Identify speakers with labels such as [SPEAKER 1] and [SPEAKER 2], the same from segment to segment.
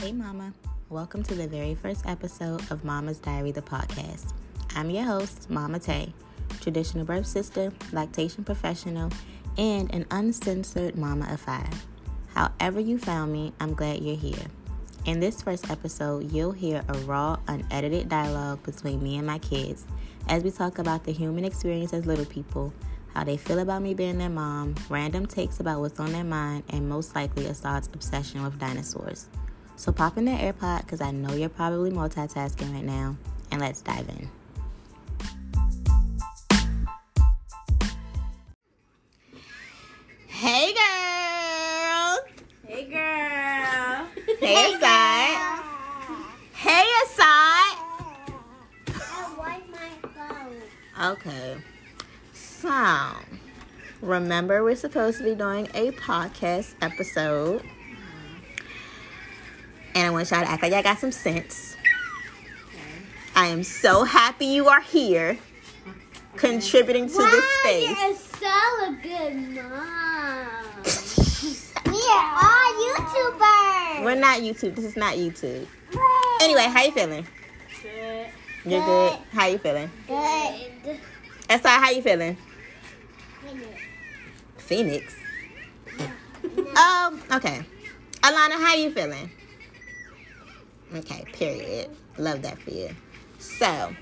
[SPEAKER 1] Hey, Mama. Welcome to the very first episode of Mama's Diary, the podcast. I'm your host, Mama Tay, traditional birth sister, lactation professional, and an uncensored mama of five. However, you found me, I'm glad you're here. In this first episode, you'll hear a raw, unedited dialogue between me and my kids as we talk about the human experience as little people, how they feel about me being their mom, random takes about what's on their mind, and most likely Assad's obsession with dinosaurs. So pop in the AirPod because I know you're probably multitasking right now, and let's dive in. Hey, girl!
[SPEAKER 2] Hey girl.
[SPEAKER 1] Hey, Asad! Hey, Asad!
[SPEAKER 3] I want my phone.
[SPEAKER 1] Okay. So, remember, we're supposed to be doing a podcast episode. And I want y'all to act like y'all got some sense. I am so happy you are here contributing to this space.
[SPEAKER 3] You're so good mom. we are all YouTubers.
[SPEAKER 1] We're not YouTube. This is not YouTube. Anyway, how you feeling?
[SPEAKER 2] Good.
[SPEAKER 1] You're good. How you feeling?
[SPEAKER 3] Good.
[SPEAKER 1] Esau, how you feeling? Phoenix. um, okay. Alana, how you feeling? Okay, period. Love that for you. So,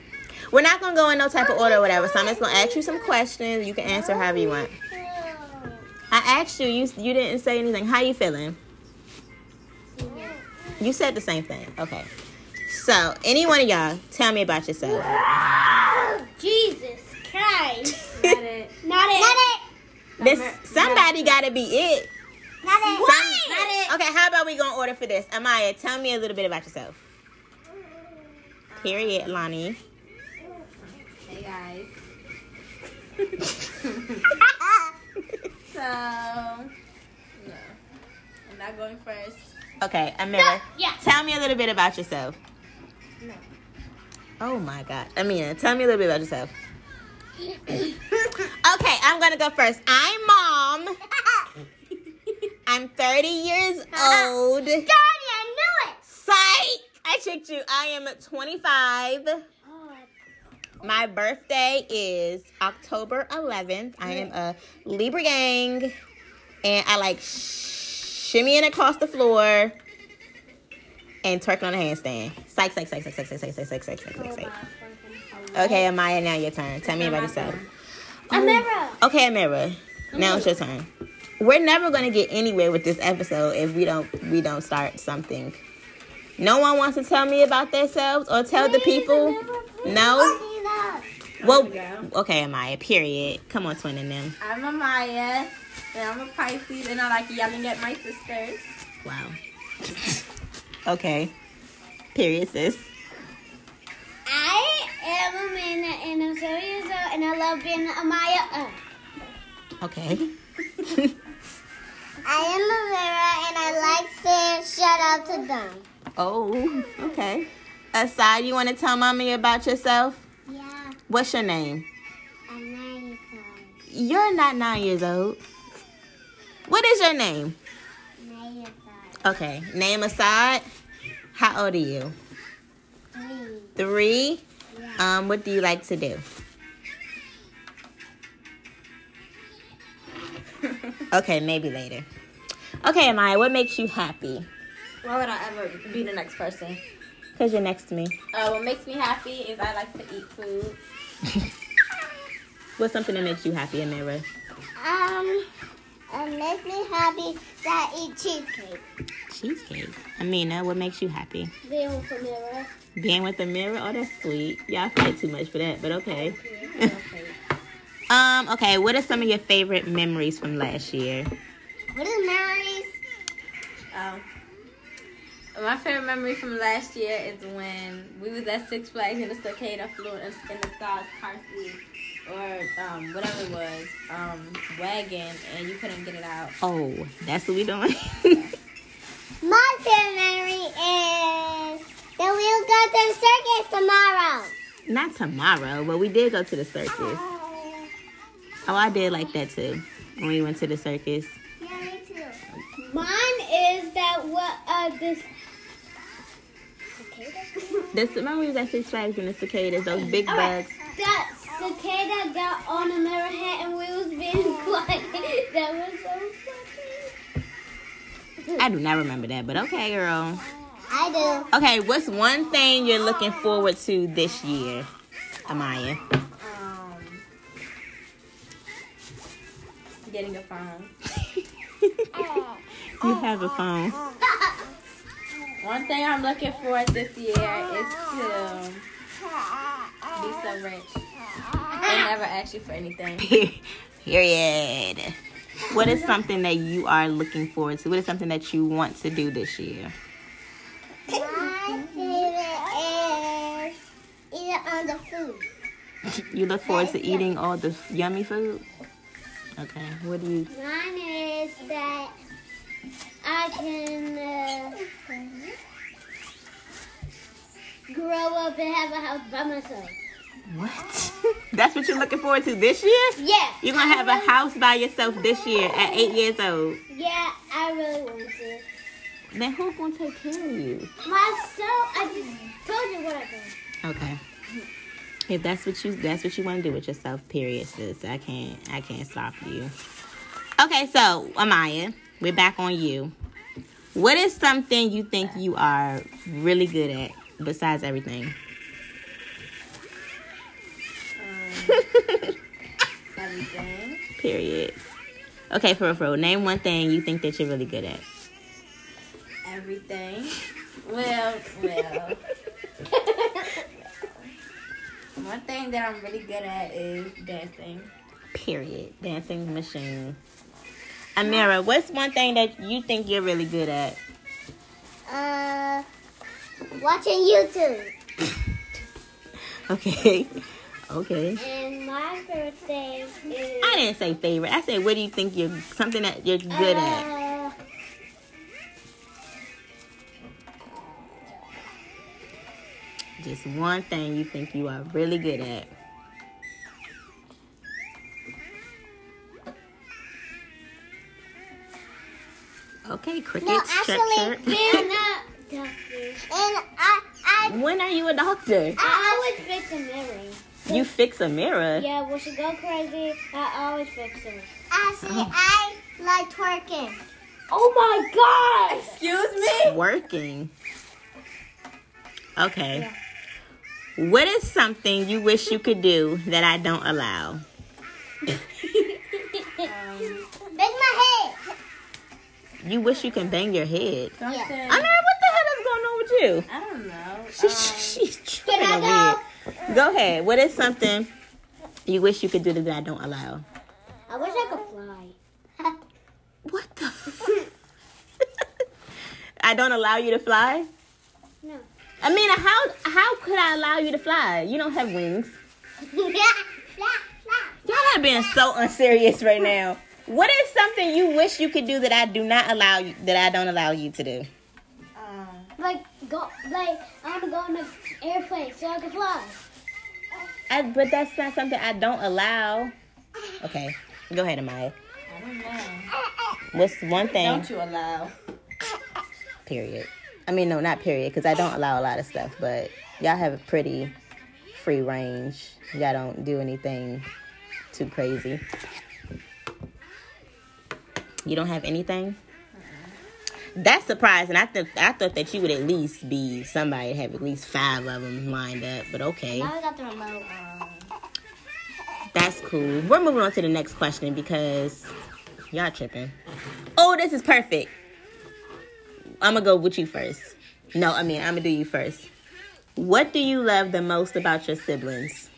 [SPEAKER 1] we're not gonna go in no type of order or whatever. So I'm just gonna ask you some questions. You can answer however you want. I asked you, you you didn't say anything. How you feeling? You said the same thing. Okay. So, any one of y'all, tell me about yourself.
[SPEAKER 3] Jesus Christ.
[SPEAKER 2] Got it.
[SPEAKER 3] Not it. Not it.
[SPEAKER 1] This somebody gotta be it.
[SPEAKER 3] Not it.
[SPEAKER 1] Some- Okay, how about we go in order for this? Amaya, tell me a little bit about yourself. Period, Lonnie.
[SPEAKER 2] Hey guys. so no. I'm not going first.
[SPEAKER 1] okay, Amira,
[SPEAKER 3] Yeah.
[SPEAKER 1] tell me a little bit about yourself.
[SPEAKER 2] No.
[SPEAKER 1] Oh my God. Amina, tell me a little bit about yourself. Okay, I'm gonna go first. I'm mom. I'm 30 years old.
[SPEAKER 3] Daddy, I knew it.
[SPEAKER 1] Psych! I tricked you. I am 25.
[SPEAKER 3] Oh,
[SPEAKER 1] My birthday is October 11th. I am a Libra gang, and I like shimmying across the floor and twerking on a handstand. Psych, psych, psych, psych, psych, psych, psych, psych, psych, psych, psych, psych. Okay, Amaya, now your turn. Tell me about yourself.
[SPEAKER 3] Amira.
[SPEAKER 1] Okay, Amira, now it's your turn. We're never gonna get anywhere with this episode if we don't we don't start something. No one wants to tell me about themselves or tell the people. No. Well,
[SPEAKER 2] There we
[SPEAKER 1] okay, Amaya, period. Come on, twin and them.
[SPEAKER 2] I'm Amaya. And I'm a Pisces and I like yelling at my sisters.
[SPEAKER 1] Wow. okay. Period, sis.
[SPEAKER 3] I am Amanda and I'm seven years old and I love being Amaya. Uh,
[SPEAKER 1] Okay.
[SPEAKER 3] I am Amira and I like saying shout out to them.
[SPEAKER 1] oh, okay. Aside, you want to tell mommy about yourself?
[SPEAKER 3] Yeah,
[SPEAKER 1] What's your name?
[SPEAKER 3] I'm nine years
[SPEAKER 1] You're not nine years old. What is your name?
[SPEAKER 3] old. Nine years old.
[SPEAKER 1] Okay. Name aside. How old are you?
[SPEAKER 3] Three.
[SPEAKER 1] Three.
[SPEAKER 3] Yeah.
[SPEAKER 1] Um, what do you like to do? okay, maybe later. Okay, Amaya, what makes you happy?
[SPEAKER 2] Why would I ever be the next person?
[SPEAKER 1] Because you're next to me.
[SPEAKER 2] Uh, what makes me happy is I like to eat food.
[SPEAKER 1] What's something that makes you happy, Amira?
[SPEAKER 3] Um, it makes me happy that I eat cheesecake.
[SPEAKER 1] Cheesecake. Amina, what makes you happy?
[SPEAKER 3] Being with Amira.
[SPEAKER 1] Being with Amira? Oh, that's sweet. Y'all fight too much for that, but okay. um, okay, what are some of your favorite memories from last year?
[SPEAKER 3] What is memories?
[SPEAKER 2] Um, my favorite memory from last year is when we was at Six Flags and the cicada flew in, in the sky's car seat or um, whatever it was, um, wagon, and you couldn't get it out.
[SPEAKER 1] Oh, that's what we doing?
[SPEAKER 3] My favorite memory is that we'll go to the circus tomorrow.
[SPEAKER 1] Not tomorrow, but we did go to the circus. Oh, I did like that too. When we went to the circus.
[SPEAKER 3] Yeah, me too. Mine is that what uh this
[SPEAKER 1] The c- remember we was at Six Flags and the cicadas, those big
[SPEAKER 3] All Oh, right.
[SPEAKER 1] bugs.
[SPEAKER 3] That cicada got on a mirror hat and we was being quiet. That was so funny.
[SPEAKER 1] I do not remember that, but okay, girl.
[SPEAKER 3] I do.
[SPEAKER 1] Okay, what's one thing you're looking forward to this year, Amaya?
[SPEAKER 2] Um, getting a phone.
[SPEAKER 1] you have a phone.
[SPEAKER 2] One thing I'm looking for this year is to be so rich and never ask you for anything.
[SPEAKER 1] Period. What is something that you are looking forward to? What is something that you want to do this year?
[SPEAKER 3] My favorite is eating on the food.
[SPEAKER 1] You look forward to eating all the yummy food? Okay, what do you
[SPEAKER 3] Mine is that I can uh, grow up and have a house by myself.
[SPEAKER 1] What? That's what you're looking forward to this year?
[SPEAKER 3] Yeah.
[SPEAKER 1] You're gonna have a house by yourself this year at eight years old.
[SPEAKER 3] Yeah, I really want to.
[SPEAKER 1] Then who's gonna take care of you?
[SPEAKER 3] Myself, I just told you what I think.
[SPEAKER 1] Okay. If that's what you that's what you want to do with yourself, period, sis. I can't I can't stop you. Okay, so Amaya, we're back on you. What is something you think you are really good at besides everything?
[SPEAKER 2] Everything.
[SPEAKER 1] Period. Okay, for real, for real, name one thing you think that you're really good at.
[SPEAKER 2] Everything. Well, well. One thing that I'm really good at is dancing.
[SPEAKER 1] Period. Dancing machine. Amira, what's one thing that you think you're really good at?
[SPEAKER 3] Uh, watching YouTube.
[SPEAKER 1] Okay. Okay.
[SPEAKER 3] And my birthday is.
[SPEAKER 1] I didn't say favorite. I said, what do you think you're something that you're good at?
[SPEAKER 3] uh,
[SPEAKER 1] Just one thing you think you are really good at. Okay, crickets.
[SPEAKER 3] No,
[SPEAKER 1] chirp,
[SPEAKER 3] actually,
[SPEAKER 1] chirp.
[SPEAKER 3] they're not doctors. And I, I,
[SPEAKER 1] When are you a doctor?
[SPEAKER 3] I always fix a mirror.
[SPEAKER 1] You fix a mirror.
[SPEAKER 3] Yeah, when she go crazy, I always fix her. Actually, I like twerking. Oh my gosh!
[SPEAKER 2] Excuse me?
[SPEAKER 1] Working. Okay. What is something you wish you could do that I don't allow?
[SPEAKER 2] Um,
[SPEAKER 3] Bang my head.
[SPEAKER 1] You wish you can bang your head.
[SPEAKER 2] something.
[SPEAKER 1] Amira, what the hell is going on with you?
[SPEAKER 2] I don't know.
[SPEAKER 1] She,
[SPEAKER 2] Um,
[SPEAKER 1] she's tripping
[SPEAKER 3] Uh, Can I
[SPEAKER 1] over here. Go ahead. What is something you wish you could do that I don't allow?
[SPEAKER 3] I wish I could fly.
[SPEAKER 1] What the? F- I don't allow you to fly.
[SPEAKER 3] No.
[SPEAKER 1] I mean, how how could I allow you to fly? You don't have wings. Y'all are being so unserious right now. What is something you wish you could do that I do not allow you that I don't allow you to do?
[SPEAKER 2] um,
[SPEAKER 3] like go, like I want to go on an airplane so I can fly.
[SPEAKER 1] I, but that's not something I don't allow. Okay, go ahead, Amaya.
[SPEAKER 2] I don't know.
[SPEAKER 1] What's one thing?
[SPEAKER 2] Don't you allow?
[SPEAKER 1] period. I mean, no, not period, because I don't allow a lot of stuff, but y'all have a pretty free range. Y'all don't do anything too crazy. You don't have anything? That's surprising. I thought I thought that you would at least be somebody to have at least five of them lined up, but okay,
[SPEAKER 3] Now I got the remote.
[SPEAKER 1] that's cool. We're moving on to the next question because y'all tripping. Oh, this is perfect. I'm gonna go with you first. No, I mean, I'm gonna do you first. What do you love the most about your siblings?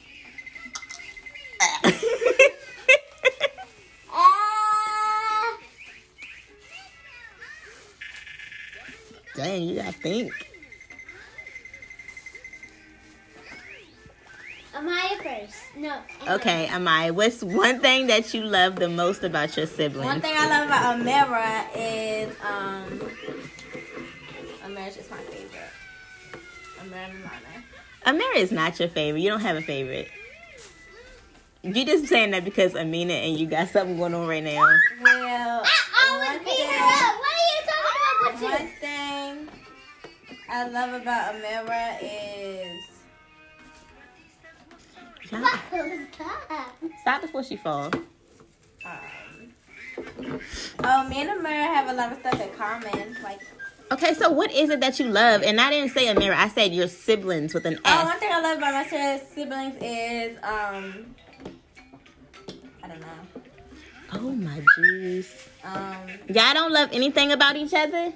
[SPEAKER 3] Ah,
[SPEAKER 1] Dang, you gotta think.
[SPEAKER 3] Amaya first. No.
[SPEAKER 1] Okay, Amaya, what's one thing that you love the most about your siblings?
[SPEAKER 2] One thing I love about Amira is um, Amira's just my favorite. Amira and Mama.
[SPEAKER 1] Amira is not your favorite. You don't have a favorite. You just saying that because Amina and you got something going on right now.
[SPEAKER 2] Well,
[SPEAKER 3] I always
[SPEAKER 2] one
[SPEAKER 3] beat
[SPEAKER 2] thing-
[SPEAKER 3] her up. What are you talking about? What you?
[SPEAKER 2] One thing I love about Amira is
[SPEAKER 1] Stop,
[SPEAKER 3] was that?
[SPEAKER 1] stop before she falls.
[SPEAKER 2] um, oh me and Amira have a lot of stuff in common. Like
[SPEAKER 1] Okay, so what is it that you love? And I didn't say Amira. I said your siblings with an
[SPEAKER 2] oh,
[SPEAKER 1] S.
[SPEAKER 2] one thing I love about my sis- siblings is um I don't know.
[SPEAKER 1] Oh my jeez.
[SPEAKER 2] Um,
[SPEAKER 1] Y'all don't love anything about each other?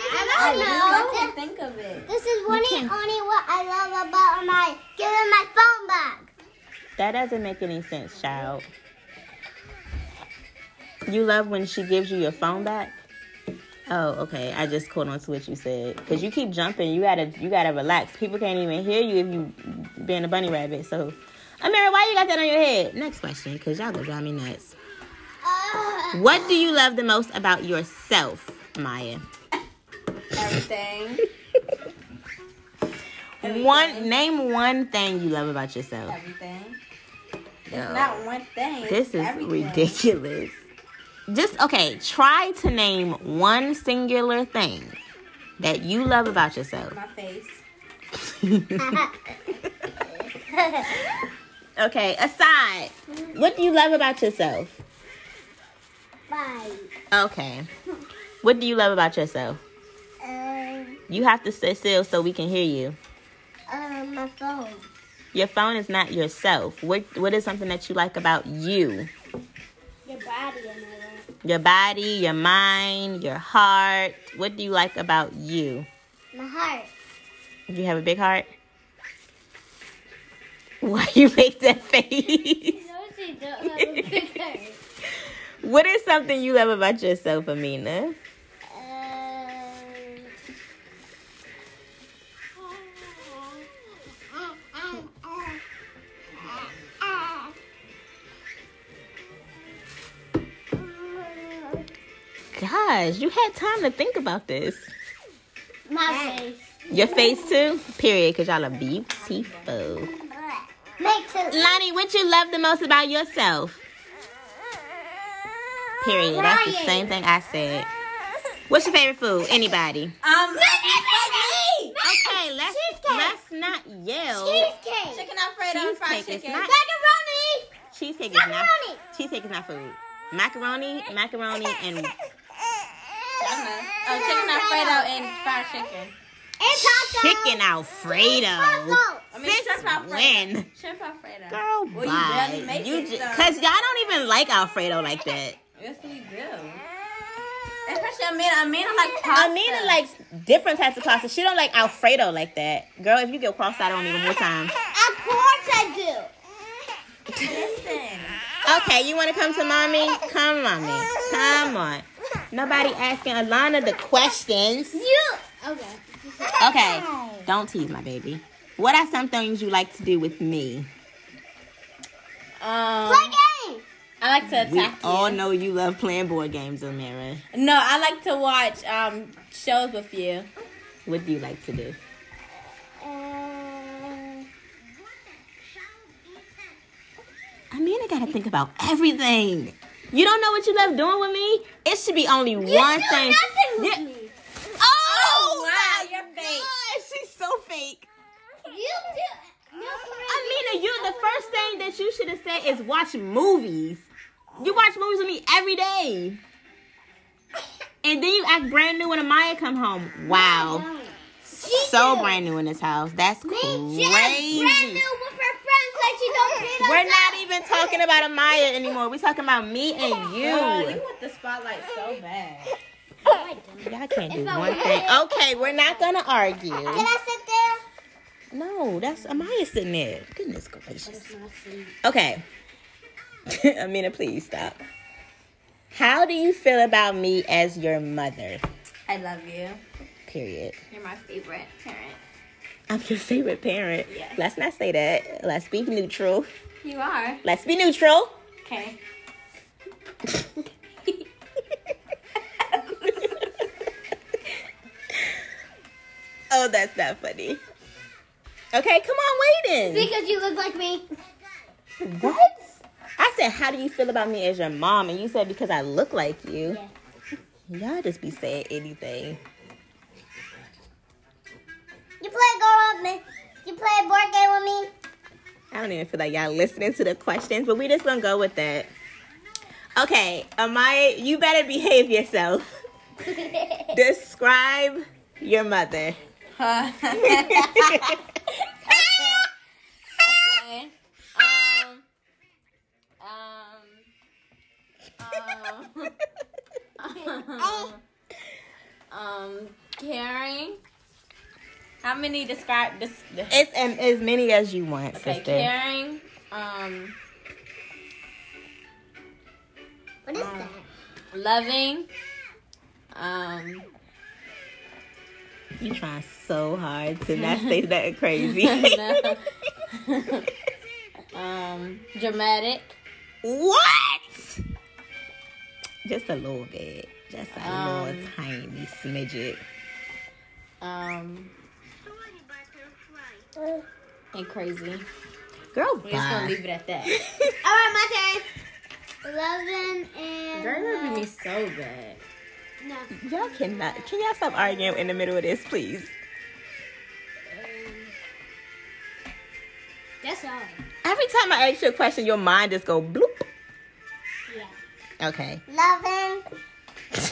[SPEAKER 2] oh,
[SPEAKER 3] I don't
[SPEAKER 2] I
[SPEAKER 3] know.
[SPEAKER 2] can't think of it.
[SPEAKER 3] This is one
[SPEAKER 1] Okay.
[SPEAKER 3] and only what I love about my giving my phone back.
[SPEAKER 1] That doesn't make any sense, child. You love when she gives you your phone back? Oh, okay. I just caught on to what you said. Cause you keep jumping. You gotta you gotta relax. People can't even hear you if you being a bunny rabbit. So Amira, why you got that on your head? Next question, cause y'all gonna drive me nuts.
[SPEAKER 3] Uh,
[SPEAKER 1] What do you love the most about yourself, Maya?
[SPEAKER 2] Everything. Everything.
[SPEAKER 1] One name one thing you love about yourself.
[SPEAKER 2] Everything.
[SPEAKER 1] No.
[SPEAKER 2] Not one thing.
[SPEAKER 1] This is
[SPEAKER 2] everything.
[SPEAKER 1] ridiculous. Just okay, try to name one singular thing that you love about yourself.
[SPEAKER 2] My face.
[SPEAKER 1] okay, aside, what do you love about yourself?
[SPEAKER 3] bye.
[SPEAKER 1] Okay. What do you love about yourself?
[SPEAKER 3] Um,
[SPEAKER 1] You have to sit still so we can hear you.
[SPEAKER 3] uh, my phone.
[SPEAKER 1] Your phone is not yourself. What what is something that you like about you?
[SPEAKER 3] Your body and everything.
[SPEAKER 1] Your body, your mind, your heart. What do you like about you?
[SPEAKER 3] My heart.
[SPEAKER 1] You have a big heart? Why you make that face?
[SPEAKER 3] No, she don't have a picture.
[SPEAKER 1] what is something you love about yourself, Amina? Gosh, you had time to think about this.
[SPEAKER 3] My face.
[SPEAKER 1] Your face too? Period, because y'all are beautiful.
[SPEAKER 3] Make two.
[SPEAKER 1] Lonnie, what you love the most about yourself? Period. That's the same thing I
[SPEAKER 3] Um,
[SPEAKER 1] said. What's your favorite food? Anybody?
[SPEAKER 2] Um,
[SPEAKER 1] Okay, let's
[SPEAKER 3] Cheesecake.
[SPEAKER 1] let's not yell.
[SPEAKER 3] Cheesecake.
[SPEAKER 2] chicken alfredo and fried
[SPEAKER 1] Cheesecake is
[SPEAKER 2] chicken.
[SPEAKER 1] not-
[SPEAKER 3] Macaroni.
[SPEAKER 1] Cheesecake is not
[SPEAKER 3] Macaroni.
[SPEAKER 1] cheesecake is not food. Macaroni, macaroni, and
[SPEAKER 2] I don't know. Oh, chicken alfredo and fried chicken.
[SPEAKER 3] And taco.
[SPEAKER 1] chicken Alfredo.
[SPEAKER 3] Taco.
[SPEAKER 2] I mean,
[SPEAKER 1] Since
[SPEAKER 2] shrimp alfredo.
[SPEAKER 1] when?
[SPEAKER 2] Shrimp alfredo.
[SPEAKER 1] Girl,
[SPEAKER 2] Well, you barely
[SPEAKER 1] bye.
[SPEAKER 2] make
[SPEAKER 1] You
[SPEAKER 2] it,
[SPEAKER 1] ju-
[SPEAKER 2] so-
[SPEAKER 1] cause y'all don't even like Alfredo like that.
[SPEAKER 2] Yes, we do. Especially Amina. Amina like pasta.
[SPEAKER 1] Amina likes different types of pasta. She don't like Alfredo like that. Girl, if you get cross-eyed on me one more time.
[SPEAKER 3] Of course I do.
[SPEAKER 2] Listen.
[SPEAKER 1] Okay, you want to come to mommy? Come, mommy. Come on. Nobody asking Alana the questions.
[SPEAKER 3] You. Okay.
[SPEAKER 1] Okay, don't tease my baby. What are some things you like to do with me?
[SPEAKER 2] Um,
[SPEAKER 3] Play game.
[SPEAKER 2] I like to
[SPEAKER 1] We
[SPEAKER 2] attack
[SPEAKER 1] all
[SPEAKER 2] you.
[SPEAKER 1] know you love playing board games, Amira.
[SPEAKER 2] No, I like to watch um shows with you.
[SPEAKER 1] What do you like to do?
[SPEAKER 3] Uh,
[SPEAKER 1] Amina gotta think about everything. You don't know what you love doing with me? It should be only one
[SPEAKER 3] do
[SPEAKER 1] thing.
[SPEAKER 3] nothing with
[SPEAKER 1] Yeah.
[SPEAKER 3] me.
[SPEAKER 1] Oh,
[SPEAKER 2] Oh, wow,
[SPEAKER 1] my
[SPEAKER 2] you're
[SPEAKER 1] God,
[SPEAKER 2] fake.
[SPEAKER 1] she's so fake.
[SPEAKER 3] You do. No,
[SPEAKER 1] Amina, you the first thing that you should have said is watch movies. You watch movies with me every day. And then you act brand new when Amaya come home. Wow. So brand new in this house. That's
[SPEAKER 3] She has brand
[SPEAKER 1] crazy.
[SPEAKER 3] new with her friends that she don't treat
[SPEAKER 1] We're not even talking about Amaya anymore. We're talking about me and
[SPEAKER 2] Oh,
[SPEAKER 1] you.
[SPEAKER 2] you want the spotlight so bad.
[SPEAKER 1] Y'all can't do
[SPEAKER 3] If I
[SPEAKER 1] one
[SPEAKER 3] were-
[SPEAKER 1] thing. Okay, we're not gonna argue.
[SPEAKER 3] Can I sit there?
[SPEAKER 1] No, that's Amaya sitting there. Goodness gracious. Okay. Amina, please stop. How do you feel about me as your mother?
[SPEAKER 2] I love you.
[SPEAKER 1] Period.
[SPEAKER 2] You're my favorite parent.
[SPEAKER 1] I'm your favorite parent.
[SPEAKER 2] Yes.
[SPEAKER 1] Let's not say that. Let's be neutral.
[SPEAKER 2] You are.
[SPEAKER 1] Let's be neutral.
[SPEAKER 2] Okay.
[SPEAKER 1] oh, that's not funny. Okay, come on, waiting.
[SPEAKER 3] Because you look like me.
[SPEAKER 1] What? I said, how do you feel about me as your mom? And you said because I look like you. Y'all just be saying anything.
[SPEAKER 3] play board game with me?
[SPEAKER 1] I don't even feel like y'all listening to the questions, but we just gonna go with that. Okay, Amaya, you better behave yourself. Describe your mother.
[SPEAKER 2] okay. Um. Um. Um.
[SPEAKER 3] Oh.
[SPEAKER 2] um caring. How many describe this?
[SPEAKER 1] It's um, as many as you want,
[SPEAKER 2] Okay,
[SPEAKER 1] sister.
[SPEAKER 2] caring. Um,
[SPEAKER 3] What
[SPEAKER 1] Uh.
[SPEAKER 3] is that?
[SPEAKER 2] loving. Um.
[SPEAKER 1] You trying so hard to not say nothing crazy.
[SPEAKER 2] no. um. Dramatic.
[SPEAKER 1] What? Just a little bit. Just a
[SPEAKER 2] Um,
[SPEAKER 1] little tiny smidget.
[SPEAKER 2] Um.
[SPEAKER 3] All
[SPEAKER 2] And crazy.
[SPEAKER 1] Girl,
[SPEAKER 2] We're just
[SPEAKER 1] bye.
[SPEAKER 2] gonna leave it at that.
[SPEAKER 3] right, my turn. Eleven and
[SPEAKER 2] Girl, you're rubbing me so bad.
[SPEAKER 3] no.
[SPEAKER 1] Y'all cannot. Can y'all stop arguing in the middle of this, please?
[SPEAKER 3] That's all.
[SPEAKER 1] Every time I ask you a question, your mind just go bloop.
[SPEAKER 3] Yeah.
[SPEAKER 1] Okay.
[SPEAKER 3] Loving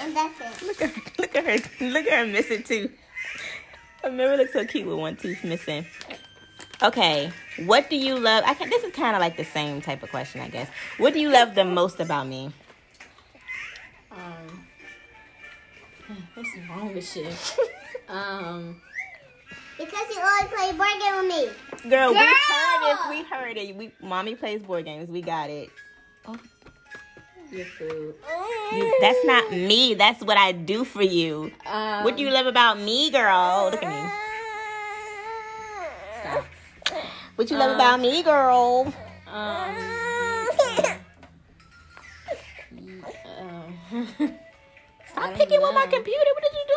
[SPEAKER 3] and that's it.
[SPEAKER 1] Look at look at her. Look at her missing too. Amira looks so cute with one tooth missing. Okay. What do you love? I can, this is kind of like the same type of question, I guess. What do you love the most about me?
[SPEAKER 2] Um, what's wrong with shit? Um,
[SPEAKER 3] Because you always play board game with me.
[SPEAKER 1] Girl, we
[SPEAKER 3] Girl!
[SPEAKER 1] heard it. We heard it. We mommy plays board games. We got it.
[SPEAKER 2] your food.
[SPEAKER 1] You- that's not me. That's what I do for you.
[SPEAKER 2] Um,
[SPEAKER 1] What do you love about me, girl? Look at me.
[SPEAKER 2] Stop.
[SPEAKER 1] What you love about me, girl?
[SPEAKER 2] Um, um, I
[SPEAKER 1] Stop
[SPEAKER 2] don't
[SPEAKER 1] picking with my
[SPEAKER 2] know.
[SPEAKER 1] computer. What are you
[SPEAKER 2] I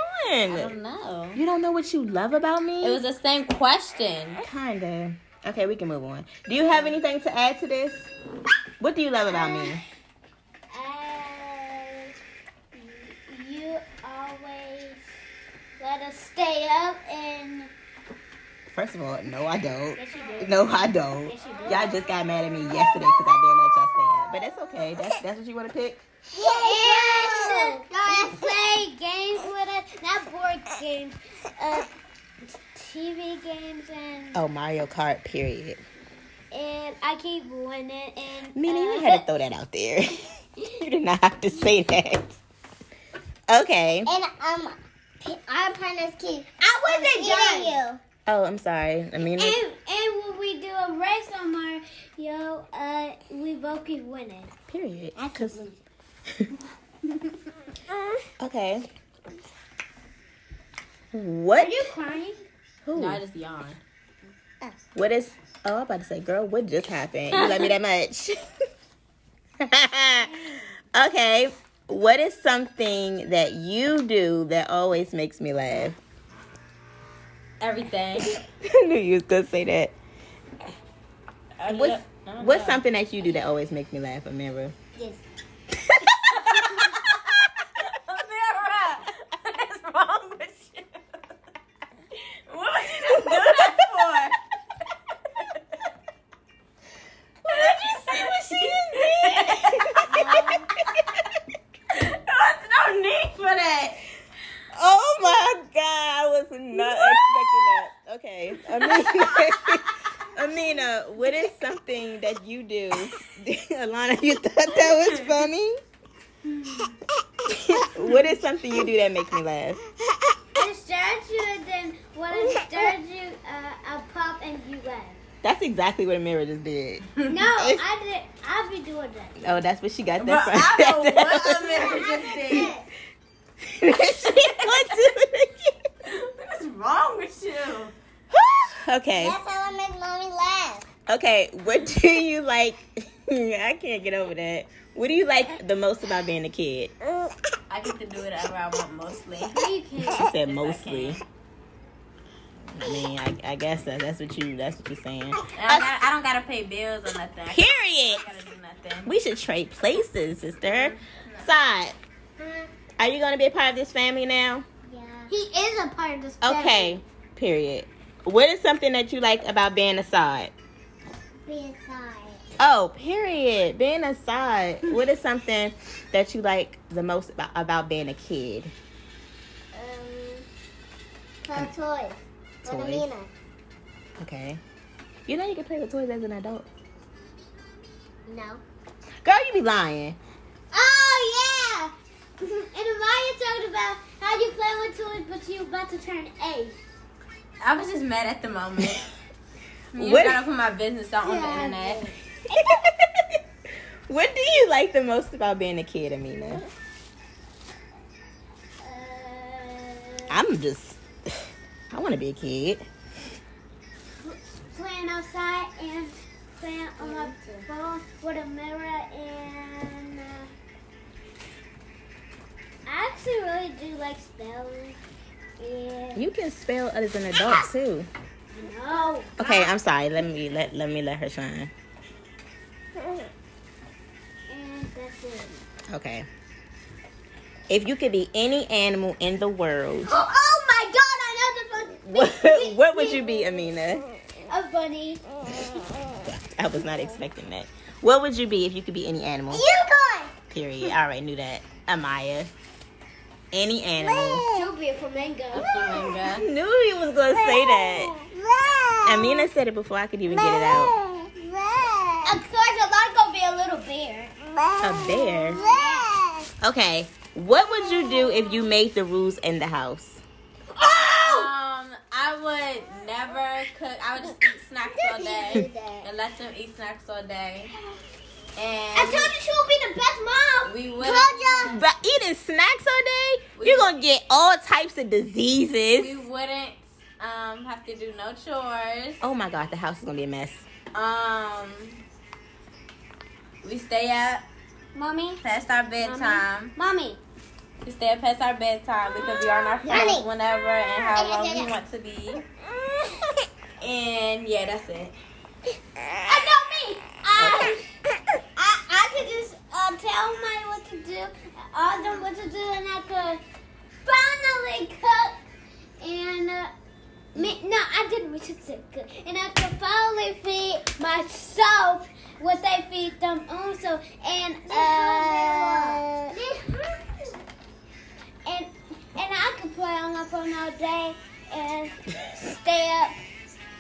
[SPEAKER 1] doing?
[SPEAKER 2] don't know.
[SPEAKER 1] You don't know what you love about me?
[SPEAKER 2] It was the same question.
[SPEAKER 1] kinda. Okay, we can move on. Do you have anything to add to this? What do you love about me?
[SPEAKER 3] And you always let us stay up and
[SPEAKER 1] First of all, no, I don't.
[SPEAKER 3] yes you do.
[SPEAKER 1] No, I don't.
[SPEAKER 3] Yes, you do.
[SPEAKER 1] Y'all just got mad at me yesterday because I didn't let y'all stay up. But that's okay. That's that's what you want to pick.
[SPEAKER 3] Yeah, you play games with us, not board games, uh, TV games, and
[SPEAKER 1] Oh, Mario Kart. Period.
[SPEAKER 3] and I keep winning. And
[SPEAKER 1] Mina, you
[SPEAKER 3] uh,
[SPEAKER 1] had to throw that out there. you did not have to say that. Okay.
[SPEAKER 3] And um, our partners keep. I wasn't done.
[SPEAKER 1] Oh, I'm sorry. I mean,
[SPEAKER 3] And and when we do a race on Mario, uh, we both keep winning.
[SPEAKER 1] period. 'Cause- okay. What?
[SPEAKER 3] Are you crying?
[SPEAKER 1] Who?
[SPEAKER 2] No, I just yawned.
[SPEAKER 1] What is? Oh, I'm about to say, girl, what just happened? You love me that much? okay. What is something that you do that always makes me laugh?
[SPEAKER 2] Everything.
[SPEAKER 1] I knew you was gonna say that.
[SPEAKER 2] I
[SPEAKER 1] What's,
[SPEAKER 2] don't- I don't
[SPEAKER 1] what's
[SPEAKER 2] know.
[SPEAKER 1] something that you do that always makes me laugh, Amira?
[SPEAKER 3] Yes.
[SPEAKER 2] Amira, what is wrong with you? What would you just do that for? Did you see what she did? There's no need for that.
[SPEAKER 1] Oh my god, I was not expecting that. Okay, Amina, Amina, what is something that you do? Alana, you thought that was funny? what is something you do that makes me laugh?
[SPEAKER 3] I start you, and then when I start you, uh, I'll pop and you laugh.
[SPEAKER 1] That's exactly what Amira just did.
[SPEAKER 3] No, I did. I'll be doing that.
[SPEAKER 1] Oh, that's what she got
[SPEAKER 2] Bro,
[SPEAKER 1] that from.
[SPEAKER 2] I know what Amira just did.
[SPEAKER 1] she went to it
[SPEAKER 2] What is wrong with you?
[SPEAKER 1] again. Okay,
[SPEAKER 3] how I make mommy laugh.
[SPEAKER 1] okay, what do you like? I can't get over that. What do you like the most about being a kid?
[SPEAKER 2] I get to do whatever I want mostly.
[SPEAKER 3] You can.
[SPEAKER 1] She said
[SPEAKER 2] Yes, I
[SPEAKER 1] mostly. I mean, I, I guess that, that's what you that's what you're saying.
[SPEAKER 2] And I, got, I don't gotta pay bills or nothing. I
[SPEAKER 1] Period.
[SPEAKER 2] gotta do nothing.
[SPEAKER 1] We should trade places, sister. Side, are you gonna be a part of this family now?
[SPEAKER 3] Yeah. He is a part of this.
[SPEAKER 1] Okay. Period. What is something that you like about being aside?
[SPEAKER 3] Be aside.
[SPEAKER 1] Oh, period. Being aside. What is something that you like the most about, about being a kid?
[SPEAKER 3] Um, her toys.
[SPEAKER 1] Toys.
[SPEAKER 3] Wilhelmina.
[SPEAKER 1] Okay. You know you can play with toys as an adult.
[SPEAKER 3] No.
[SPEAKER 1] Girl, you be lying.
[SPEAKER 3] Oh yeah. and Amaya talked about how you play with toys, but you about to turn eight.
[SPEAKER 2] I was just mad at the moment. You
[SPEAKER 1] What-
[SPEAKER 2] gotta put my business out on the internet.
[SPEAKER 1] what do you like the most about being a kid, Amina?
[SPEAKER 3] Uh,
[SPEAKER 1] I'm just. I want to be a kid.
[SPEAKER 3] playing outside and playing on my phone with a mirror and. Uh, I actually really do like spelling. Yeah.
[SPEAKER 1] You can spell as an adult too.
[SPEAKER 3] No.
[SPEAKER 1] Ah. Okay, I'm sorry. Let me let let me let her shine.
[SPEAKER 3] And that's it.
[SPEAKER 1] Okay. If you could be any animal in the world,
[SPEAKER 3] Oh, oh my god, I know Oh, the bunny.
[SPEAKER 1] what, what would you be, Amina?
[SPEAKER 3] A bunny.
[SPEAKER 1] I was not expecting that. What would you be if you could be any animal?
[SPEAKER 3] Unicorn.
[SPEAKER 1] Period. I already knew that. Amaya. Any animal.
[SPEAKER 3] She'll be a flamingo.
[SPEAKER 1] I
[SPEAKER 2] Flamingo.
[SPEAKER 1] knew you was gonna say that. Amina said it before I could even get it out.
[SPEAKER 3] Of course, I'm not gonna be a little bear.
[SPEAKER 1] A bear. Okay. What would you do if you made the rules in the house?
[SPEAKER 3] Oh!
[SPEAKER 2] Um, I would never cook. I would just eat snacks all day and let them eat snacks all day.
[SPEAKER 3] I
[SPEAKER 2] And
[SPEAKER 3] told you she'll be the best mom.
[SPEAKER 2] we would
[SPEAKER 3] Claudia.
[SPEAKER 1] But eating snacks all day, you're gonna get all types of
[SPEAKER 2] we
[SPEAKER 1] diseases.
[SPEAKER 2] wouldn't um have to do no chores.
[SPEAKER 1] Oh my god, the house is gonna be a mess.
[SPEAKER 2] Um, we stay up
[SPEAKER 3] Mommy.
[SPEAKER 2] past
[SPEAKER 3] Uh-huh.
[SPEAKER 2] our bedtime.
[SPEAKER 3] Mommy.
[SPEAKER 2] We stay up past our bedtime. We could be on our
[SPEAKER 3] Mommy.
[SPEAKER 2] phones whenever and how long we want to be. And yeah, that's it.
[SPEAKER 3] I know Uh, me. I, I, I could just uh, tell Mommy what to do, all them what to do, and I could finally cook. And uh, me, no, I didn't what to do, cook. and I could finally feed myself what they feed them also, and uh, and and I could play on my phone all day and stay up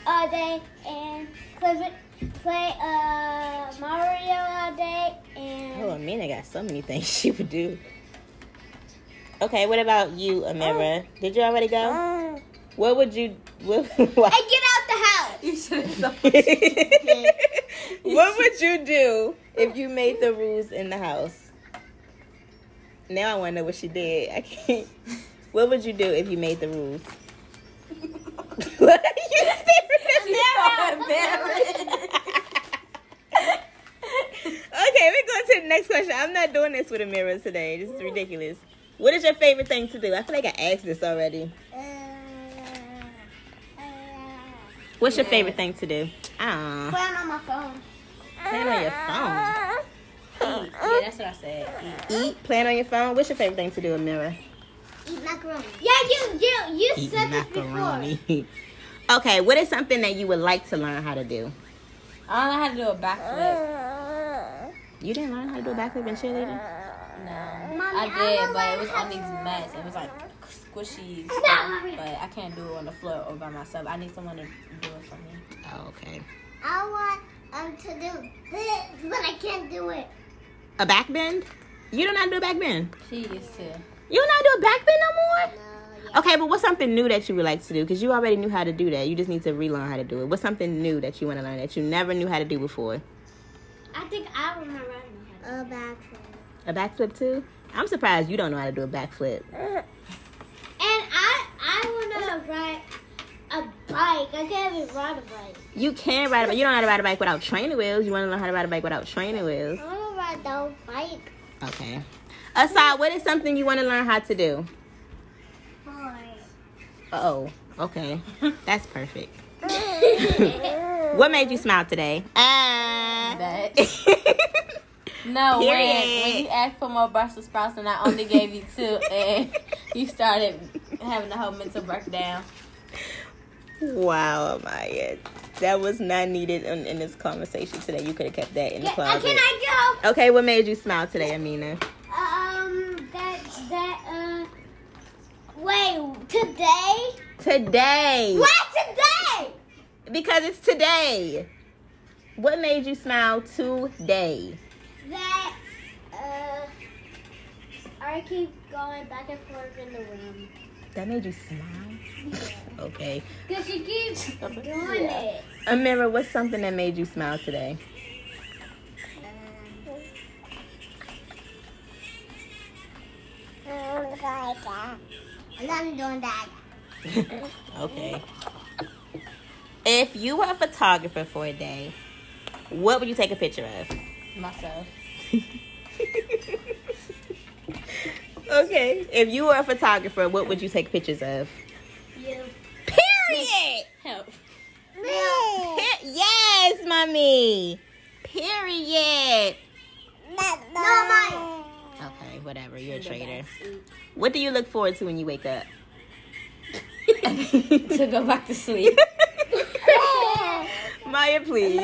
[SPEAKER 3] all day and play, play uh, Mario all day
[SPEAKER 1] Oh,
[SPEAKER 3] and
[SPEAKER 1] Amina got so many things she would do. Okay, what about you, Amira? Did you already go?
[SPEAKER 3] uh, and
[SPEAKER 1] What would you? What, what,
[SPEAKER 3] get out the house.
[SPEAKER 2] You should have
[SPEAKER 1] what would you do if you made the rules in the house? Now I want to know what she did. I can't. What would you do if you made the rules? what are you staring
[SPEAKER 2] so
[SPEAKER 1] at me? okay, we're going to the next question. I'm not doing this with a mirror today. This is ridiculous. What is your favorite thing to do? I feel like I asked this already.
[SPEAKER 3] Uh,
[SPEAKER 1] What's your favorite thing to do? Ah,
[SPEAKER 3] Playing on my phone.
[SPEAKER 1] plan on your phone.
[SPEAKER 2] Eat. Yeah, that's what I said. Eat.
[SPEAKER 1] Eat, plan on your phone. What's your favorite thing to do, Amira?
[SPEAKER 3] Eat macaroni. Yeah, you you you said this before.
[SPEAKER 1] okay, what is something that you would like to learn how to do?
[SPEAKER 2] I don't know how to do a backflip.
[SPEAKER 1] You didn't learn how to do a backflip and cheerleading?
[SPEAKER 2] No.
[SPEAKER 3] Mommy,
[SPEAKER 2] I
[SPEAKER 3] wanna
[SPEAKER 2] did, but it
[SPEAKER 3] learn
[SPEAKER 2] was
[SPEAKER 3] how
[SPEAKER 2] on these
[SPEAKER 3] to-
[SPEAKER 2] mats. It was like squishy,
[SPEAKER 3] Mommy.
[SPEAKER 2] but I can't do it on the floor or by myself. I need someone to do it for me.
[SPEAKER 3] Uh,
[SPEAKER 1] Oh, okay.
[SPEAKER 3] I want um to do this, but I can't do it.
[SPEAKER 1] A back bend? You do not do a back bend.
[SPEAKER 2] She used to.
[SPEAKER 1] You do not do a back bend no more?
[SPEAKER 3] No, yeah.
[SPEAKER 1] Okay, but what's something new that you would like to do? Because you already knew how to do that. You just need to relearn how to do it. What's something new that you want to learn that you never knew how to do before?
[SPEAKER 3] I think I remember. A bathroom.
[SPEAKER 1] A backflip too? I'm surprised you don't know how to do a backflip.
[SPEAKER 3] Uh. And I I wanna ride a bike. I can't even ride a bike.
[SPEAKER 1] You can ride a bike. You don't know how to ride a bike without training wheels. You want to learn how to ride a bike without training wheels.
[SPEAKER 3] I wanna ride the bike.
[SPEAKER 1] Okay. Aside, what is something you want to learn how to do? Oh, okay. That's perfect. What made you smile today? Uh.
[SPEAKER 2] That. No, when, when
[SPEAKER 1] Period.
[SPEAKER 2] you asked for more Brussels sprouts and I only gave eh. you two, and you started having a whole mental breakdown.
[SPEAKER 1] Wow, Amaya. That was not needed in, in this conversation today. You could have kept that in the
[SPEAKER 3] Can, uh,
[SPEAKER 1] closet.
[SPEAKER 3] can I go?
[SPEAKER 1] Okay, what made you smile today, Amina?
[SPEAKER 3] Um, that, that, uh, wait, today?
[SPEAKER 1] Today.
[SPEAKER 3] What today?
[SPEAKER 1] Because it's today. What made you smile today?
[SPEAKER 3] That, uh, I keep going back and forth in the room.
[SPEAKER 1] That made you smile? okay.
[SPEAKER 3] Because she keeps doing it.
[SPEAKER 1] Amira, what's something that made you smile today?
[SPEAKER 3] I'm not doing that.
[SPEAKER 1] okay. If you were a photographer for a day, what would you take a picture of?
[SPEAKER 2] Myself.
[SPEAKER 1] okay. If you were a photographer, what would you take pictures of?
[SPEAKER 3] You.
[SPEAKER 1] Period.
[SPEAKER 2] Help.
[SPEAKER 3] Me.
[SPEAKER 1] Pe- yes, mommy. Period.
[SPEAKER 3] No, my.
[SPEAKER 1] Okay, whatever. You're a traitor. What do you look forward to when you wake up?
[SPEAKER 2] to go back to sleep.
[SPEAKER 1] Maya, please. You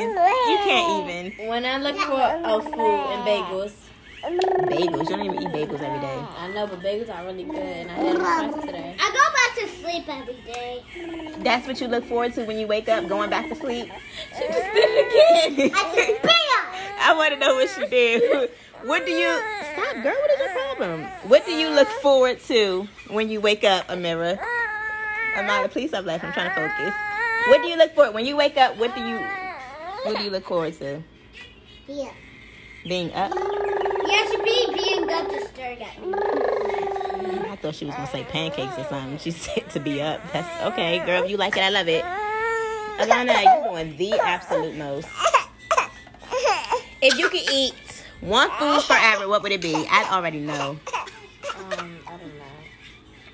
[SPEAKER 1] can't even.
[SPEAKER 2] When I look for oh, food and bagels,
[SPEAKER 1] Bagels. You don't even eat bagels every day.
[SPEAKER 2] I know, but bagels are really good, and I had them twice today.
[SPEAKER 3] I go back to sleep every day.
[SPEAKER 1] That's what you look forward to when you wake up, going back to sleep.
[SPEAKER 2] She just did it again.
[SPEAKER 3] I just bam!
[SPEAKER 1] I want to know what she did. What do you stop, girl? What is your problem? What do you look forward to when you wake up, Amira? Amira, please stop laughing. I'm trying to focus. What do you look forward when you wake up? What do you What do you look forward to?
[SPEAKER 3] Yeah.
[SPEAKER 1] Being up?
[SPEAKER 3] Yeah, she be being up to stare at me.
[SPEAKER 1] I thought she was gonna say pancakes or something. She said to be up. That's okay, girl. If you like it, I love it. Alana, you're doing the absolute most. If you could eat one food forever, what would it be? I already know.
[SPEAKER 2] Um, I don't know.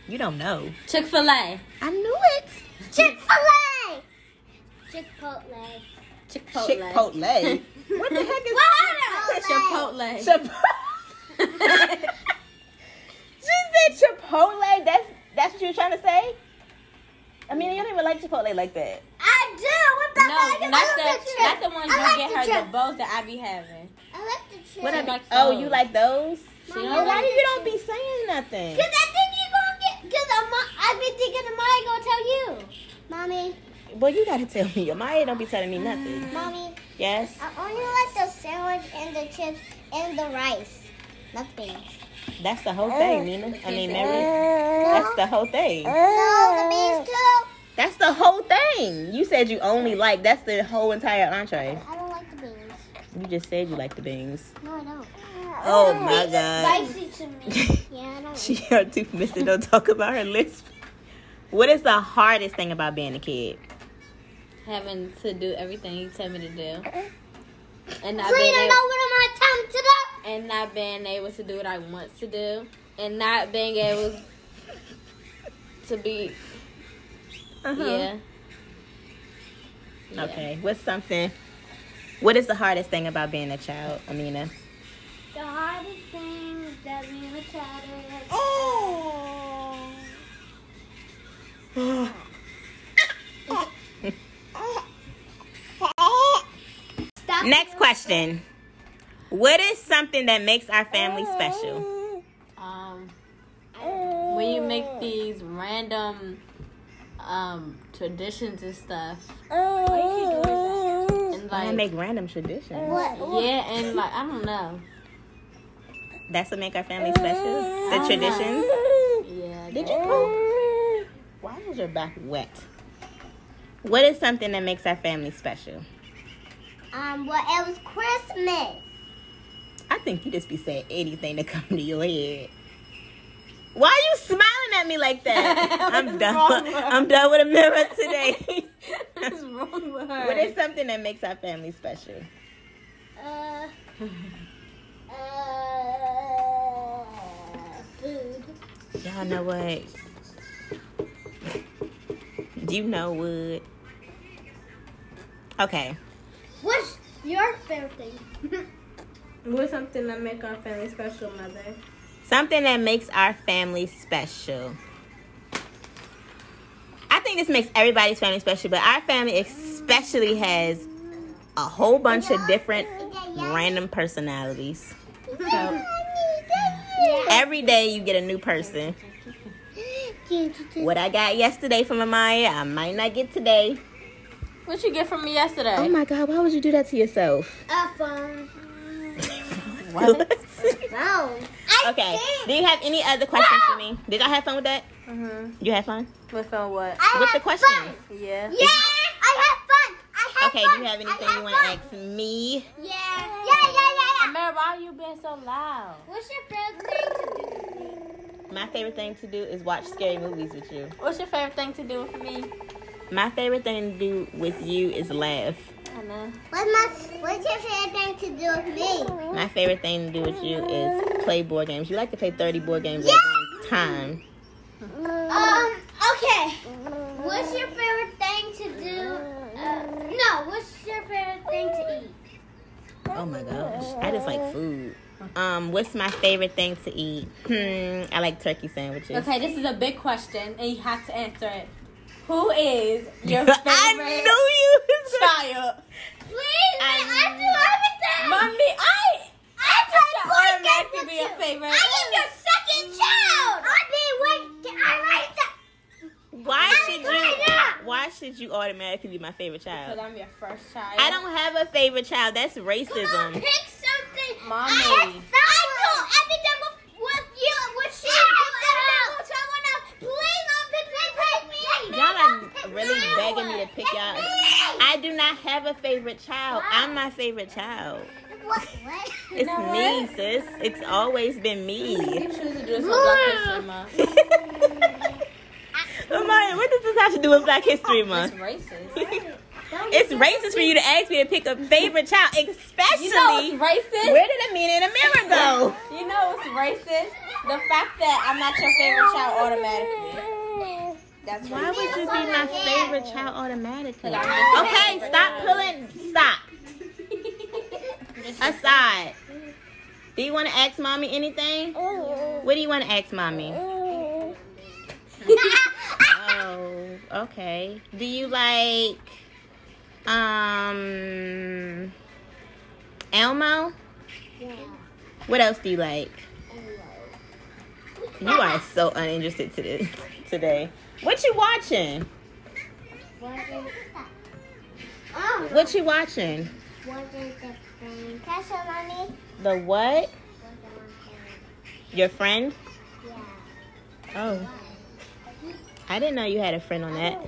[SPEAKER 1] You don't know.
[SPEAKER 2] Chick Fil A.
[SPEAKER 1] I knew it.
[SPEAKER 3] Chick fil A! Chick-fil-A.
[SPEAKER 2] Chick-fil-A.
[SPEAKER 1] Chipotle. what the heck is
[SPEAKER 3] What?
[SPEAKER 2] Chipotle.
[SPEAKER 1] Chipotle? she said Chipotle. That's that's what you were trying to say. I mean, you don't even like Chipotle like that.
[SPEAKER 3] I do. What the
[SPEAKER 2] no,
[SPEAKER 3] heck?
[SPEAKER 2] not the,
[SPEAKER 3] I love the
[SPEAKER 2] not the ones you
[SPEAKER 3] I like
[SPEAKER 2] get
[SPEAKER 3] the
[SPEAKER 2] her
[SPEAKER 3] chip.
[SPEAKER 2] the bowls that I be having.
[SPEAKER 3] I like the chip.
[SPEAKER 1] What
[SPEAKER 2] She
[SPEAKER 1] I be-
[SPEAKER 2] like
[SPEAKER 1] oh,
[SPEAKER 2] those.
[SPEAKER 1] you like those?
[SPEAKER 2] She
[SPEAKER 3] Mama,
[SPEAKER 1] Well,
[SPEAKER 2] don't
[SPEAKER 1] why
[SPEAKER 2] like
[SPEAKER 1] do you don't be saying nothing?
[SPEAKER 3] Cause I think you're gonna get. Cause I'm, I've been thinking the mommy gonna tell you. Mommy,
[SPEAKER 1] Well, you gotta tell me. Amaya don't be telling me nothing.
[SPEAKER 3] mommy,
[SPEAKER 1] Yes.
[SPEAKER 3] I only like the sandwich and the chips and the rice. Nothing.
[SPEAKER 1] That's the whole thing, Nina. I mean, Mary. That's the whole thing.
[SPEAKER 3] No, the beans too.
[SPEAKER 1] That's the whole thing. You said you only like. That's the whole entire entree.
[SPEAKER 3] I don't like the beans.
[SPEAKER 1] You just said you like the beans.
[SPEAKER 3] No, I don't.
[SPEAKER 1] Oh my god.
[SPEAKER 3] Spicy to me. yeah, I don't.
[SPEAKER 1] She her tooth missing. Don't talk about her lisp. What is the hardest thing about being a kid?
[SPEAKER 2] having to do everything you tell me to do, and not being
[SPEAKER 3] Cleaning
[SPEAKER 2] able,
[SPEAKER 3] over my time to the.
[SPEAKER 2] and not being able to do what I want to do, and not being able to be yeah. Uh-huh. Yeah.
[SPEAKER 1] Uh-huh. Okay. What's something? What is the hardest thing about being a child, Amina?
[SPEAKER 3] The hardest thing that we were taught is. Oh. Stop
[SPEAKER 1] Next question. What is something that makes our family
[SPEAKER 3] Oh.
[SPEAKER 1] special?
[SPEAKER 2] Um, when you make these random um traditions and stuff, and
[SPEAKER 1] Why
[SPEAKER 2] like
[SPEAKER 1] make random traditions.
[SPEAKER 3] What?
[SPEAKER 2] yeah, and like I don't know,
[SPEAKER 1] That's what make our family special. The traditions.
[SPEAKER 2] yeah. I
[SPEAKER 1] uh, Did you
[SPEAKER 2] guess.
[SPEAKER 1] poop? Why is your back wet? What is something that makes our family special?
[SPEAKER 3] Um, well, it was Christmas.
[SPEAKER 1] I think you just be saying anything that come to your head. Why are you smiling at me like that? I'm
[SPEAKER 2] What's
[SPEAKER 1] done.
[SPEAKER 2] wrong
[SPEAKER 1] With,
[SPEAKER 2] with her?
[SPEAKER 1] I'm done with a mirror today.
[SPEAKER 2] What's wrong with her?
[SPEAKER 1] what is something that makes our family special?
[SPEAKER 3] Uh, uh, food.
[SPEAKER 1] Y'all know what? Do you know what? Okay.
[SPEAKER 3] What's your favorite thing?
[SPEAKER 2] What's something that make our family special, mother?
[SPEAKER 1] Something that makes our family special. I think think this makes everybody's family special, but our family especially has a whole bunch of different random personalities.
[SPEAKER 2] So,
[SPEAKER 1] Every day you get a new person. What I got yesterday from Amaya, I might not get today.
[SPEAKER 2] what you get from me yesterday?
[SPEAKER 1] Oh my god, why would you do that to yourself?
[SPEAKER 3] A phone.
[SPEAKER 2] What?
[SPEAKER 3] Phone.
[SPEAKER 1] okay. Do you have any other questions for me? Did I have fun with that?
[SPEAKER 2] mm-hmm.
[SPEAKER 1] You had fun?
[SPEAKER 2] With on what?
[SPEAKER 3] I
[SPEAKER 1] What's the
[SPEAKER 3] had
[SPEAKER 1] question?
[SPEAKER 3] Fun.
[SPEAKER 2] Yeah.
[SPEAKER 3] Yeah, I had fun. I had
[SPEAKER 1] Okay,
[SPEAKER 3] fun.
[SPEAKER 1] do you have anything
[SPEAKER 3] I had
[SPEAKER 1] you want to
[SPEAKER 3] fun.
[SPEAKER 1] ask me?
[SPEAKER 3] Yeah. Yeah, yeah, yeah, yeah.
[SPEAKER 2] Amara, why you being so loud?
[SPEAKER 3] What's your favorite thing to do with me?
[SPEAKER 1] My favorite thing to do is watch scary movies with you.
[SPEAKER 2] What's your favorite thing to do with me?
[SPEAKER 1] My favorite thing to do with you is laugh.
[SPEAKER 2] I know.
[SPEAKER 3] What's my what's your favorite thing to do with me?
[SPEAKER 1] My favorite thing to do with you is play board games. You like to play 30 board games at one time.
[SPEAKER 3] Um, okay. What's your favorite thing to do? Uh, no, what's your favorite thing to eat?
[SPEAKER 1] Oh my gosh. I just like food. Um, what's my favorite thing to eat? Hmm, I like turkey sandwiches.
[SPEAKER 2] Okay, this is a big question, and you have to answer it. Who is your favorite
[SPEAKER 1] I knew you was gonna-
[SPEAKER 2] child?
[SPEAKER 3] Please, I, I do everything.
[SPEAKER 2] Mommy, I
[SPEAKER 3] I play
[SPEAKER 2] should
[SPEAKER 3] board
[SPEAKER 2] automatically
[SPEAKER 3] games
[SPEAKER 2] be a
[SPEAKER 3] with you. I
[SPEAKER 2] favorite.
[SPEAKER 3] am your second child. I mean, wait, I write that.
[SPEAKER 1] Why
[SPEAKER 3] I'm
[SPEAKER 1] should
[SPEAKER 3] growing
[SPEAKER 1] you
[SPEAKER 3] up.
[SPEAKER 1] why should you automatically be my favorite
[SPEAKER 2] because
[SPEAKER 1] child?
[SPEAKER 2] I'm your first child.
[SPEAKER 1] I don't have a favorite child. That's
[SPEAKER 3] Come on,
[SPEAKER 1] racism.
[SPEAKER 3] pick something.
[SPEAKER 2] Mommy.
[SPEAKER 3] I, have flowers. I do everything with, with you and with she. I do with someone else. Please, Mom, pick, pick, pick me.
[SPEAKER 1] Y'all are really begging me to pick y'all. I do not have a favorite child. I'm my favorite child.
[SPEAKER 3] What? What?
[SPEAKER 1] It's me, sis. It's always been
[SPEAKER 2] You
[SPEAKER 1] me.
[SPEAKER 2] choose to do this for Black History Month.
[SPEAKER 1] Amaya, what does this have to do with Black History
[SPEAKER 2] It's
[SPEAKER 1] Month?
[SPEAKER 2] racist.
[SPEAKER 1] it's racist for you to ask me to pick a favorite child, especially
[SPEAKER 2] You know it's racist.
[SPEAKER 1] where did Amina and Amira go?
[SPEAKER 2] You know it's racist. The fact that I'm not your favorite child automatically. That's
[SPEAKER 1] Why
[SPEAKER 2] why.
[SPEAKER 1] would you be my favorite child automatically?
[SPEAKER 2] Like, I'm just
[SPEAKER 1] Okay,
[SPEAKER 2] saying.
[SPEAKER 1] stop pulling. Stop. Aside. Do you want to ask mommy anything? What do you want to ask mommy? Oh, okay. Do you like um Elmo? What else do you like? You are so uninterested to this today. What you watching?
[SPEAKER 3] Oh,
[SPEAKER 1] What you watching?
[SPEAKER 3] what is the thing? Castle money?
[SPEAKER 1] The what? Your friend?
[SPEAKER 3] Yeah.
[SPEAKER 1] Oh. I didn't know you had a friend on that.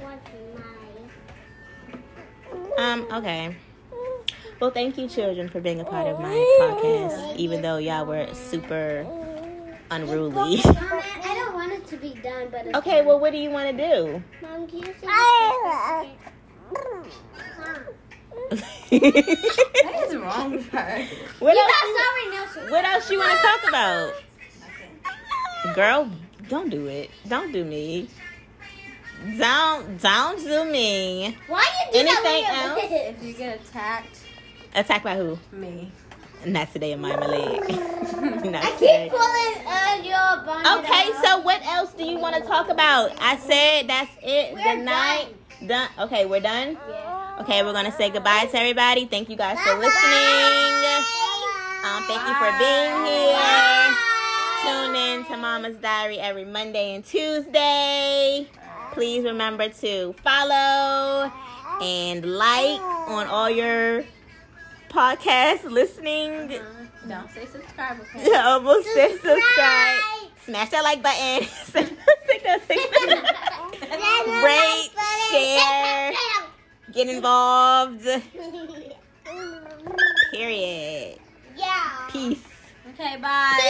[SPEAKER 1] Um, okay. Well, thank you, children, for being a part of my podcast, even though y'all were super unruly.
[SPEAKER 3] Mom, I, I don't want it to be done, but it's
[SPEAKER 1] Okay, well, what do you want to do?
[SPEAKER 3] Mom, can you see
[SPEAKER 2] What is wrong with her?
[SPEAKER 1] what,
[SPEAKER 3] You
[SPEAKER 1] else,
[SPEAKER 3] got sorry, Nelson.
[SPEAKER 1] what else you want to talk about? Girl, don't do it. Don't do me. Don't don't do me.
[SPEAKER 3] Why you do
[SPEAKER 1] Anything
[SPEAKER 3] that when you're-
[SPEAKER 2] If you get attacked,
[SPEAKER 1] Attacked by who?
[SPEAKER 2] me.
[SPEAKER 1] Not today in my leg. Not
[SPEAKER 3] I
[SPEAKER 1] today.
[SPEAKER 3] keep pulling uh, your bonnet
[SPEAKER 1] Okay,
[SPEAKER 3] off.
[SPEAKER 1] so what else do you want to talk about? I said that's it.
[SPEAKER 3] We're
[SPEAKER 1] Good night. Done. Okay, we're done.
[SPEAKER 3] Yeah.
[SPEAKER 1] Okay, we're gonna say goodbye to everybody. Thank you guys for
[SPEAKER 3] Bye-bye.
[SPEAKER 1] listening. Um, thank you for being here. Tune in to Mama's Diary every Monday and Tuesday. Please remember to follow and like on all your podcast listening.
[SPEAKER 2] Don't say subscribe. Okay?
[SPEAKER 1] I almost said subscribe.
[SPEAKER 3] Subscribe.
[SPEAKER 1] Smash that like button. Click that thing. Rate, share, get involved. Period.
[SPEAKER 3] Yeah.
[SPEAKER 1] Peace.
[SPEAKER 2] Okay, bye.